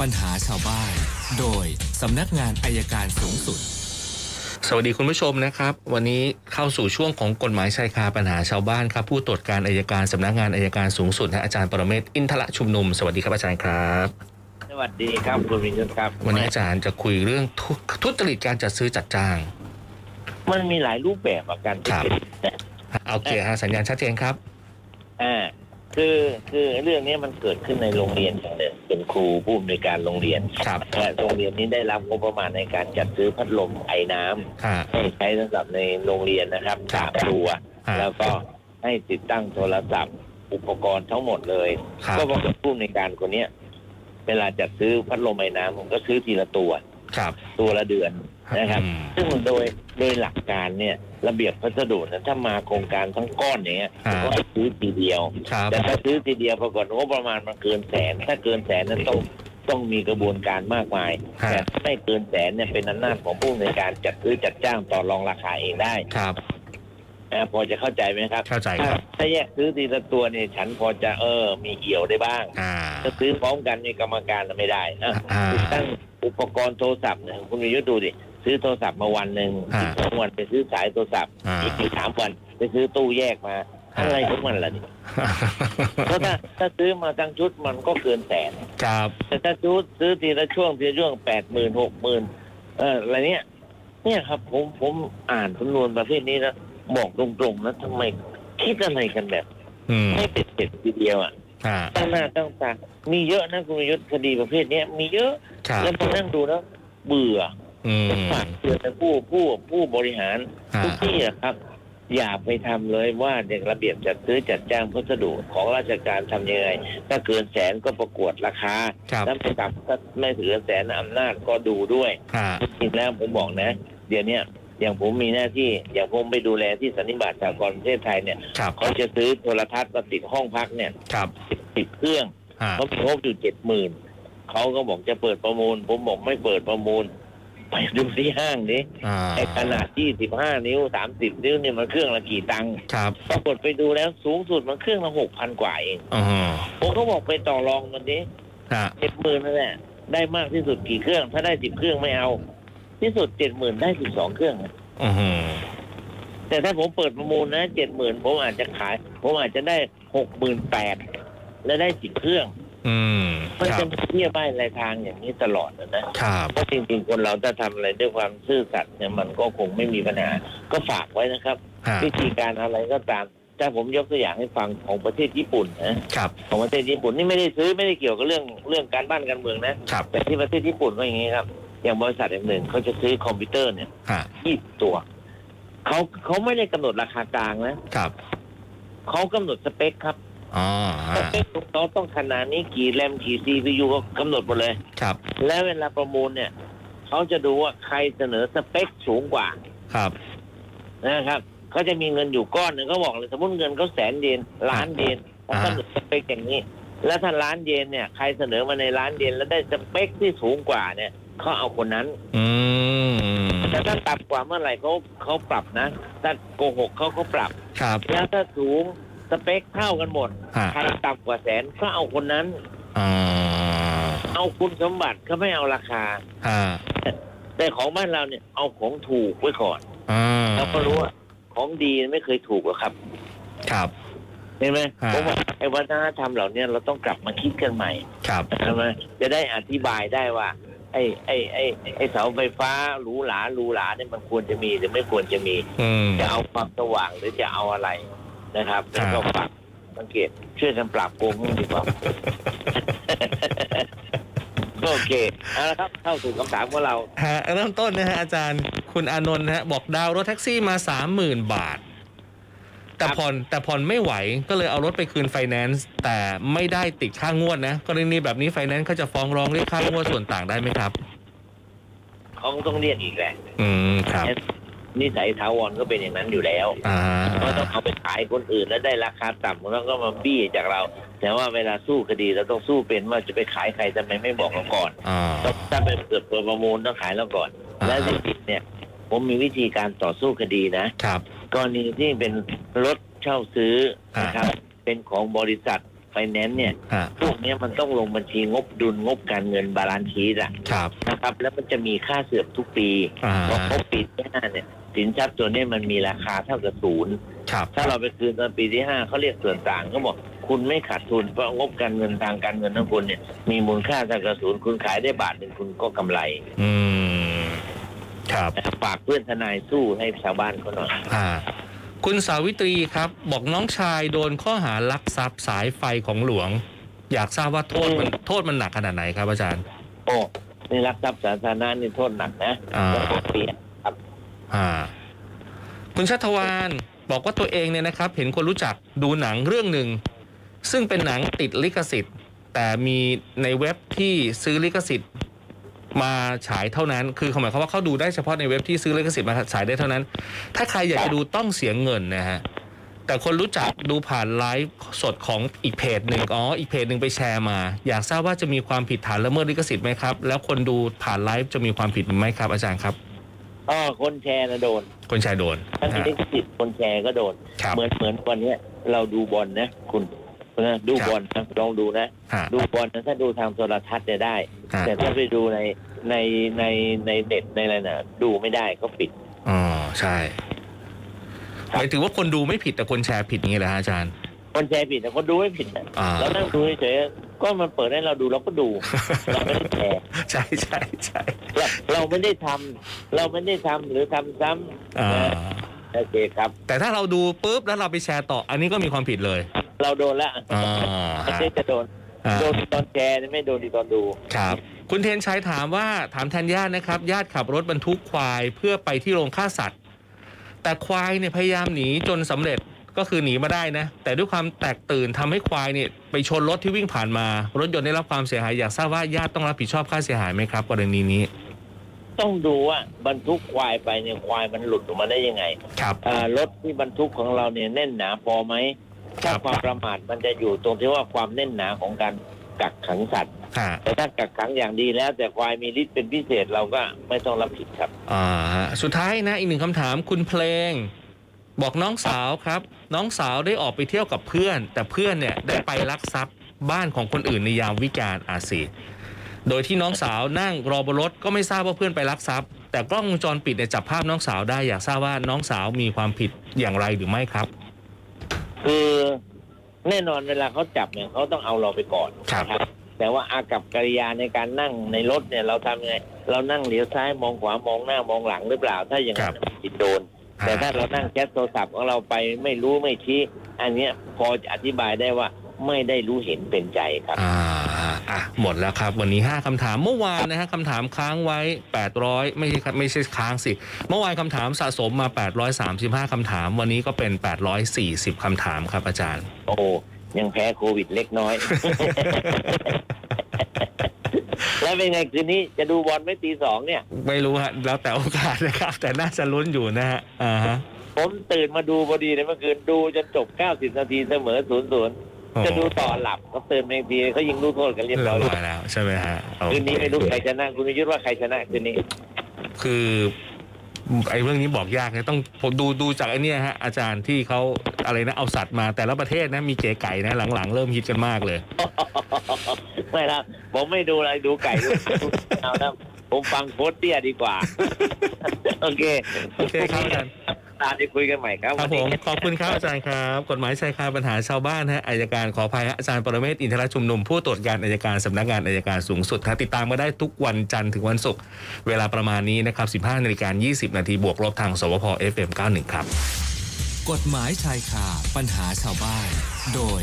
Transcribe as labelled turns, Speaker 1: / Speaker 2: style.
Speaker 1: ปัญหาชาวบ้าน โดยสำนักงานอายการสูงสุด
Speaker 2: สวัสดีคุณผู้ชมนะครับ วันนี้เข้าสู่ช่วงของกฎหมายชายคาปัญหาชาวบ้านครับ ผู้ตรวจการอายการสำนักงานอายการสูงสุดนะอาจารย์ปรเมศวร์อินทละชุมนุมสวัสดีครับอาจารย์ครับ
Speaker 3: สวัสดีครับคุณวินยุทธครับ
Speaker 2: วันนี้อาจารย์จะคุยเรื่องทุทุจริตการจัดซื้อจัดจ้าง
Speaker 3: มันมีหลายรูปแบบอะการ
Speaker 2: ครับ
Speaker 3: ทุจตนะ
Speaker 2: โอเคฮะสัญญาณชัดเจนครับ
Speaker 3: อ่าคือคือเรื่องนี้มันเกิดขึ้นในโรงเรียนแห่งหนึ่งเป็นครูผู้อำนวยการโรงเรียน
Speaker 2: ครับ
Speaker 3: และโรงเรียนนี้ได้รับงบประมาณในการจัดซื้อพัดลมไอน้ำ
Speaker 2: ค่ะ
Speaker 3: ให้ใช้สำหรับในโรงเรียนนะครับ
Speaker 2: ครั
Speaker 3: สา
Speaker 2: บ
Speaker 3: มตัว
Speaker 2: ฮะ
Speaker 3: แล้วก็ให้ติดตั้งโทรศัพท์ อุปกรณ์ทั้งหมดเลย
Speaker 2: ครับ
Speaker 3: ก็บอกกับผู้อำนวยการคนเนี้ยเวลาจัดซื้อพัดลมไอน้ำผมก็ซื้อทีละตัว
Speaker 2: ครับ
Speaker 3: ตัวละเดือนนะครับ
Speaker 2: อืม
Speaker 3: ซึ่งโดยโดยหลักการเนี่ยระเบียบพัสดุนะถ้ามาโครงการทั้งก้อนอย่างเงี้ย
Speaker 2: อ่า
Speaker 3: ก็ซื้อทีเดียว
Speaker 2: ครับ
Speaker 3: แต่ถ้าซื้อทีเดียวปรากฏงบประมาณมันเกินแสน ถ้าเกินแสนนั้นต้องต้องมีกระบวนการมากมาย
Speaker 2: ฮะ
Speaker 3: แต่ถ้าไม่เกินแสนเนี่ยเป็นอำนาจของผู้ในวยการจัดซื้อจัดจ้างต่อรองราคาเองได้
Speaker 2: ครับ
Speaker 3: นะพอจะเข้าใจไหมครับ
Speaker 2: เข้าใจค
Speaker 3: ถ้า
Speaker 2: รับ
Speaker 3: ถ้าแยกซื้อทีละตัวเนี่ยฉันพอจะเออมีเอี่ยวได้บ้าง
Speaker 2: อ่า
Speaker 3: ถ้าซื้อพร้อมกันมีกรรมการไม่ได้นะ
Speaker 2: อ่า
Speaker 3: ติดตั้งอุปกรณ์โทรศัพท์เนี่ยคุณวิยุทธ์ดูดิซื้อโทรศัพท์มาวันหนึ่ง
Speaker 2: ฮะ
Speaker 3: อีกสองวันไปซื้อสายโทรศัพท์
Speaker 2: อ่า
Speaker 3: อีกอีกสามวันไปซื้อตู้แยกมา
Speaker 2: ฮะ
Speaker 3: อะไรของมันล่ะนี่เพราะถ้าถ้าซื้อมาทั้งชุดมันก็เกินแสน
Speaker 2: ครับ
Speaker 3: แต่ถ้าชุดซื้อทีละช่วงทีละช่วงแปดหมื่นหกหมื่นเอออะไรเนี่ยเนี่ยครับผมผมอ่านจำนวนประเภทนี้แล้วบอกตรงๆนะทำไมคิดอะไรกันแบบ
Speaker 2: อืม
Speaker 3: ไม่เป็ดเสร็จทีเดียวอ่ะ
Speaker 2: อ่า
Speaker 3: ตั้งหน้าตั้งตามีเยอะนะคุณวิยุทธ์คดีประเภทเนี้ยมีเยอะ
Speaker 2: ครับ
Speaker 3: แล้วพอนั่งดูแล้วเบื่อ
Speaker 2: อืม
Speaker 3: ฝากเตือนผู้ผู้ผู้บริหาร
Speaker 2: อ่า
Speaker 3: ทุกที่อะครับ อย่าไปทำเลยว่าเด็กระเบียบจัดซื้อจัดจ้างพัสดุของราชการทำยังไงถ้าเกินแสนก็ประกวดราคา
Speaker 2: ครับ
Speaker 3: ถ้าไม่ต่ำถ้าไม่ถึงแสนอำนาจก็ดูด้วย
Speaker 2: อ่า
Speaker 3: จริงแล้วผมบอกนะ เดี๋ยวเนี้ยอย่างผมมีหน้าที่อย่างผมไปดูแลที่สันนิบาตสากลประเทศไทยเนี่ย
Speaker 2: ครับ
Speaker 3: เขาจะซื้อโทรทัศน์มาติดห้องพักเนี่ย
Speaker 2: ครับ
Speaker 3: ติดเครื่อง
Speaker 2: อ่า
Speaker 3: เขาพบอยู่เจ็ดหมื่นเขาก็บอกจะเปิดประมูล ผมบอกไม่เปิดประมูล ไปดูที่ห้างนี้
Speaker 2: อ่า
Speaker 3: ไอ้ขนาดยี่สิบห้านิ้วสามสิบนิ้วเนี่ยมันเครื่องละกี่ตังค์
Speaker 2: ครับ
Speaker 3: ปรากฏไปดูแล้วสูงสุดมันเครื่องละหกพันกว่าเอง
Speaker 2: อ๋อ
Speaker 3: ผมก็บอกไปต่อรองมันดิ
Speaker 2: ฮะ
Speaker 3: เจ็ดหมื่นนั่นแหละได้มากที่สุดกี่เครื่อง ถ้าได้สิบเครื่องไม่เอา ที่สุดเจ็ดหมื่นได้สิบสองเครื่องนะ
Speaker 2: อือหือ
Speaker 3: แต่ถ้าผมเปิดประมูลนะเจ็ดหมื่นผมอาจจะขาย ผมอาจจะได้หกหมื่นแปดและได้สิบเครื่อง
Speaker 2: อืม
Speaker 3: มัน
Speaker 2: ครั
Speaker 3: จะ
Speaker 2: บ
Speaker 3: เที่ยวบ้านรายทางอย่างนี้ตลอดนะนะ
Speaker 2: ครับ
Speaker 3: เพราะจริงๆ คนเราถ้าทำอะไรด้วยความซื่อสัตย์เนี่ยมันก็คงไม่มีปัญหา ก็ฝากไว้นะครับ
Speaker 2: ฮะ
Speaker 3: วิธีการอะไรก็ตามแต่ผมยกตัวอย่างให้ฟังของประเทศญี่ปุ่นนะครับของประเทศญี่ปุ่นนี่ไม่ได้ซื้อไม่ได้เกี่ยวกับเรื่องเรื่องการบ้านการเมืองนะครับแต่ที่ประเทศญี่ปุ่นก็อย่างนี้ครับ อย่างบริษัทแห่งหนึ่งเขาจะซื้อคอมพิวเตอร์เนี่ย
Speaker 2: ฮะ
Speaker 3: ยี่สิบตัวเขาเขาไม่ได้กำหนดราคากลางนะครับ เขากำหนดสเปคครับ
Speaker 2: อ๋อฮะ
Speaker 3: สเปคของเขาต้องขนาดนี้กี่แรมกี่ซีพียูก็กำหนดหมดเลย
Speaker 2: ครับ
Speaker 3: และเวลาประมูลเนี่ยเขาจะดูว่าใครเสนอสเปคสูงกว่า
Speaker 2: ครับ
Speaker 3: นะครับเขาจะมีเงินอยู่ก้อนหนึ่งเขาบอกเลยสมมติเงินเขาแสนเยนล้านเยนเขากำหนดสเปคอย่างนี้ แล้วถ้าล้านเยนเนี่ยใครเสนอมาในล้านเยนแล้วได้สเปคที่สูงกว่าเนี่ยเขาเอาคนนั้น
Speaker 2: อืม
Speaker 3: แต่ถ้าต่ำกว่าเมื่อไหร่เขาเขาปรับนะถ้าโกหกเขาเขาปรับ
Speaker 2: ครับ
Speaker 3: แล้วถ้าสูงสเปคเท่ากันหมด
Speaker 2: ฮะ
Speaker 3: ใครต่ำกว่าแสนก็เอาคนนั้น
Speaker 2: อ่า
Speaker 3: เอาคุณสมบัติเขาไม่เอาราคา
Speaker 2: ฮะ
Speaker 3: แต่ของบ้านเราเนี่ยเอาของถูกไว้ก่อน
Speaker 2: อ่า
Speaker 3: เราก็รู้ว่าของดีไม่เคยถูกหรอกครับ
Speaker 2: ครับ
Speaker 3: เห็นไหม
Speaker 2: ฮะ
Speaker 3: ผมว่าไอ้วัฒนธรรมเหล่าเนี้ยเราต้องกลับมาคิดกันใหม่
Speaker 2: ครับ
Speaker 3: ใช่ไหมจะได้อธิบายได้ว่า ไอ้ไอ้ไอ้ไอ้เสาไฟฟ้าหรูหราหรูหราเนี่ยมันควรจะมีหรือไม่ควรจะมี
Speaker 2: อืม
Speaker 3: จะเอาความสว่างหรือจะเอาอะไรนะครับ
Speaker 2: ครั
Speaker 3: แล้
Speaker 2: บ
Speaker 3: วก็ฝากสังเกตช่วยกันปรับโกงมั่งดีกว่า โอเคเอาละครับเข้าสู่คำถามของเรา
Speaker 2: ฮะเริ่มต้นนะฮะอาจารย์คุณอานนท์นะฮะบอกดาวน์รถแท็กซี่มาสามหมื่นบาท แต่
Speaker 3: ครับ
Speaker 2: ผ่อนแต่ผ่อนไม่ไหวก็เลยเอารถไปคืนไฟแนนซ์แต่ไม่ได้ติดค่างวดนะกรณีแบบนี้ไฟแนนซ์เขาจะฟ้องร้องเรียกค่างวดส่วนต่างได้ไหมครับ
Speaker 3: เขาก็ต้องเรียกอีกแหละ
Speaker 2: อืมครับ
Speaker 3: นิสัยถาวรก็เป็นอย่างนั้นอยู่แล้ว
Speaker 2: อ่า
Speaker 3: ก็ต้องเอาไปขายคนอื่นแล้วได้ราคาต่ำแล้วก็มาบี้จากเรา แต่ว่าเวลาสู้คดีเราต้องสู้เป็นว่าจะไปขายใครทำไมไม่บอกเราก่อน
Speaker 2: อ่า
Speaker 3: ต้องถ้าไปเกิดเปิดประมูลต้องขายเราก่อน
Speaker 2: อ่า
Speaker 3: และที่ผิดเนี่ย ผมมีวิธีการต่อสู้คดีนะครับ กรณีที่เป็นรถเช่าซื้อนะครับเป็นของบริษัท ไฟแนนซ์เนี่ย
Speaker 2: ฮะ
Speaker 3: พวกเนี้ยมันต้องลงบัญชีงบดุลงบการเงินบาลานซ์ชีตอะ
Speaker 2: ครับ
Speaker 3: นะครับ แล้วมันจะมีค่าเสื่อมทุกปี
Speaker 2: อ่า
Speaker 3: พอครบปีที่ห้าเนี่ยสินทรัพย์ตัวเนี้ยมันมีราคาเท่ากับศูนย์
Speaker 2: ครับ
Speaker 3: ถ้าเราไปคืนตอนปีที่ห้าเขาเรียกส่วนต่างเขาบอกคุณไม่ขาดทุนเพราะงบการเงินทางการเงินของคุณเนี่ยมีมูลค่าทางกระสุนย์คุณขายได้บาทหนึ่งคุณก็กำไร
Speaker 2: อืมครับ
Speaker 3: นะครับฝากเพื่อนทนายสู้ให้ชาวบ้านเขาหน่อย
Speaker 2: อ่าคุณสาวิตรีครับบอกน้องชายโดนข้อหารักทรัพย์สายไฟของหลวง อยากทราบว่าโทษมันโทษมันหนักขนาดไหนครับอาจารย์
Speaker 3: โอ้ในรักทรัพย์สาธารณะนี่โทษหนักนะ
Speaker 2: อ่า
Speaker 3: แล้วก็เปลี่ยน
Speaker 2: อ่าคุณชัตวานบอกว่าตัวเองเนี่ยนะครับ เห็นคนรู้จักดูหนังเรื่องหนึ่ง ซึ่งเป็นหนังติดลิขสิทธิ์ แต่มีในเว็บที่ซื้อลิขสิทธิ์มาฉายเท่านั้น คือเขาหมายความว่าเขาดูได้เฉพาะในเว็บที่ซื้อลิขสิทธิ์มาฉายได้เท่านั้น ถ้าใครอยากจะดูต้องเสียเงินนะฮะ แต่คนรู้จักดูผ่านไลฟ์สดของอีกเพจหนึ่งอ๋ออีกเพจหนึ่งไปแชร์มา อยากทราบว่าจะมีความผิดฐานละเมิดลิขสิทธิ์ไหมครับ แล้วคนดูผ่านไลฟ์จะมีความผิดไหมครับ อาจารย์ครับ
Speaker 3: อ๋อคนแชร์นะโดน
Speaker 2: คนแชร์โดน
Speaker 3: ถ้ามี
Speaker 2: ฮะ
Speaker 3: ลิขสิทธิ์คนแชร์ก็โดน
Speaker 2: ครับ
Speaker 3: เหมือนเหมือนวันเนี้ยเราดูบอลนะคุณนะดูบอลนะลองดูนะ
Speaker 2: ฮะ
Speaker 3: ดูบอลนะถ้าดูทางโทรทัศน์เนี่ยได้
Speaker 2: ฮะ
Speaker 3: แต่ถ้าไปดูในในในในเน็ตในอะไรน่ะดูไม่ได้ก็ปิด
Speaker 2: อ๋อใช่หมายถึงว่าคนดูไม่ผิดแต่คนแชร์ผิดอย่างนี้เหรอฮะอาจารย์
Speaker 3: คนแชร์ผิดแต่คนดูไม่ผิดน่ะ
Speaker 2: อ่า
Speaker 3: เรานั่งดูเฉยๆก็มันเปิดให้เราดูเราก็ดู เราไม่ได้แชร์
Speaker 2: ใช่ใช่ใช่
Speaker 3: เราเราไม่ได้ทำเราไม่ได้ทำหรือทำซ้ำ
Speaker 2: อ่า
Speaker 3: โอเคครับ
Speaker 2: แต่ถ้าเราดูปุ๊บแล้วเราไปแชร์ต่อ อันนี้ก็มีความผิดเลย
Speaker 3: เราโดนละ
Speaker 2: อ่า
Speaker 3: ไม่
Speaker 2: ฮะ
Speaker 3: ได้จะโดน
Speaker 2: อ่า
Speaker 3: โดนตอนแชร์เนี่ยไม่โดนตอนดู
Speaker 2: ครับ คุณเทนชัยถามว่าถามแทนญาตินะครับ ญาติขับรถบรรทุกควายเพื่อไปที่โรงฆ่าสัตว์ แต่ควายเนี่ยพยายามหนีจนสำเร็จก็คือหนีมาได้นะ แต่ด้วยความแตกตื่นทำให้ควายเนี่ยไปชนรถที่วิ่งผ่านมา รถยนต์ได้รับความเสียหายอยากทราบว่าญาติต้องรับผิดชอบค่าเสียหายไหมครับกรณีนี้
Speaker 3: ต้องดูว่าบรรทุกควายไปเนี่ยควายมันหลุดออกมาได้ยังไง
Speaker 2: ครับ
Speaker 3: อ่ารถที่บรรทุกของเราเนี่ยแน่นหนาพอไหมถ้า
Speaker 2: ครับ
Speaker 3: ความประมาทมันจะอยู่ตรงที่ว่าความแน่นหนาของการกักขังสัตว์
Speaker 2: ฮะ
Speaker 3: แต่ถ้ากักขังอย่างดีแล้ว แต่ควายมีฤทธิ์เป็นพิเศษเราก็ไม่ต้องรับผิดครับ
Speaker 2: อ่าฮะสุดท้ายนะอีกหนึ่งคำถามคุณเพลง บอกน้องสาวครับ น้องสาวได้ออกไปเที่ยวกับเพื่อน แต่เพื่อนเนี่ยได้ไปลักทรัพย์บ้านของคนอื่นในยามวิกาลอาศีโดยที่น้องสาวนั่งรอบนรถก็ไม่ทราบว่าเพื่อนไปลักทรัพย์ แต่กล้องวงจรปิดเนี่ยจับภาพน้องสาวได้อยากทราบว่าน้องสาวมีความผิดอย่างไรหรือไม่ครับ
Speaker 3: คือแน่นอนเวลาเขาจับเนี่ยเขาต้องเอาเราไปก่อน
Speaker 2: ครับ
Speaker 3: นะแต่ว่าอากับกิริยาในการนั่งในรถเนี่ยเราทำไง เรานั่งเหลียวซ้ายมองขวามองหน้ามองหลังหรือเปล่า ถ้าอย่างนั้นผิดโดน แต่ถ้าเรานั่งแชทโทรศัพท์ของเราไปไม่รู้ไม่ชี้อันเนี้ยพอจะอธิบายได้ว่าไม่ได้รู้เห็นเป็นใจครับ
Speaker 2: อ่าอ่ะหมดแล้วครับ วันนี้ 5คำถามเมื่อวานนะฮะคำถามค้างไว้ 800 ไม่ใช่ครับไม่ใช่ค้างสิ เมื่อวานคำถามสะสมมา 835คำถาม วันนี้ก็เป็น 840คำถามครับอาจารย์
Speaker 3: โอ้ยังแพ้โควิดเล็กน้อย แล้วเป็นไงคืนนี้จะดูบอลไหม่ตีสองเนี่ย
Speaker 2: ไม่รู้ฮะแล้วแต่โอกาสนะครับ แต่น่าจะลุ้นอยู่นะฮะอ่าฮะ
Speaker 3: ผมตื่นมาดูพอดีเลยเมื่อคืนดูจนจบ 90 นาทีเสมอ 0
Speaker 2: โอ้
Speaker 3: 0 จะดูต่อหลับก็ตื่นมาอีกทีเขายิงลูกโทษกันเรียบ
Speaker 2: เรี
Speaker 3: ร้
Speaker 2: ย
Speaker 3: อบย
Speaker 2: ร้อยแล้วใช่ไหมฮะโอเค
Speaker 3: คืนนี้ไม่รู้ใครชนะ คุณวิยุทธว่าใครชนะคืนนี้
Speaker 2: คือไอ้เรื่องนี้บอกยากนะต้องผมดูดูจากไอ้เนี่ยฮะอาจารย์ที่เขาอะไรนะเอาสัตว์มาแต่ละประเทศนะมีเก๋ไก่นะหลังๆ เริ่มฮิตกันมากเลย
Speaker 3: ไม่ละผมไม่ดูอะไรดูไก่ ดูเอานะผมฟังโค้ชเตี้ยดีกว่า โอเค
Speaker 2: โอเคครับอาจารย์
Speaker 3: ตาจะคุยกันใหม่ครับ
Speaker 2: ครั
Speaker 3: วั
Speaker 2: บ
Speaker 3: น
Speaker 2: ผม
Speaker 3: นี้
Speaker 2: ขอบคุณครับอาจารย์ครับ กฎหมายชายคาปัญหาชาวบ้านฮะอายการขออภัยฮะอาจารย์ปรเมศวร์อินทรชุมนุม ผู้ตรวจการอายการสำนักงานอายการสูงสุดฮะติดตามมาได้ทุกวันจันทร์ถึงวันศุกร์เวลาประมาณนี้นะครับ 15นาฬิกา20 นาทีบวกลบทางสวพ FM91 ครับ
Speaker 1: กฎหมายชายคาปัญหาชาวบ้าน โดย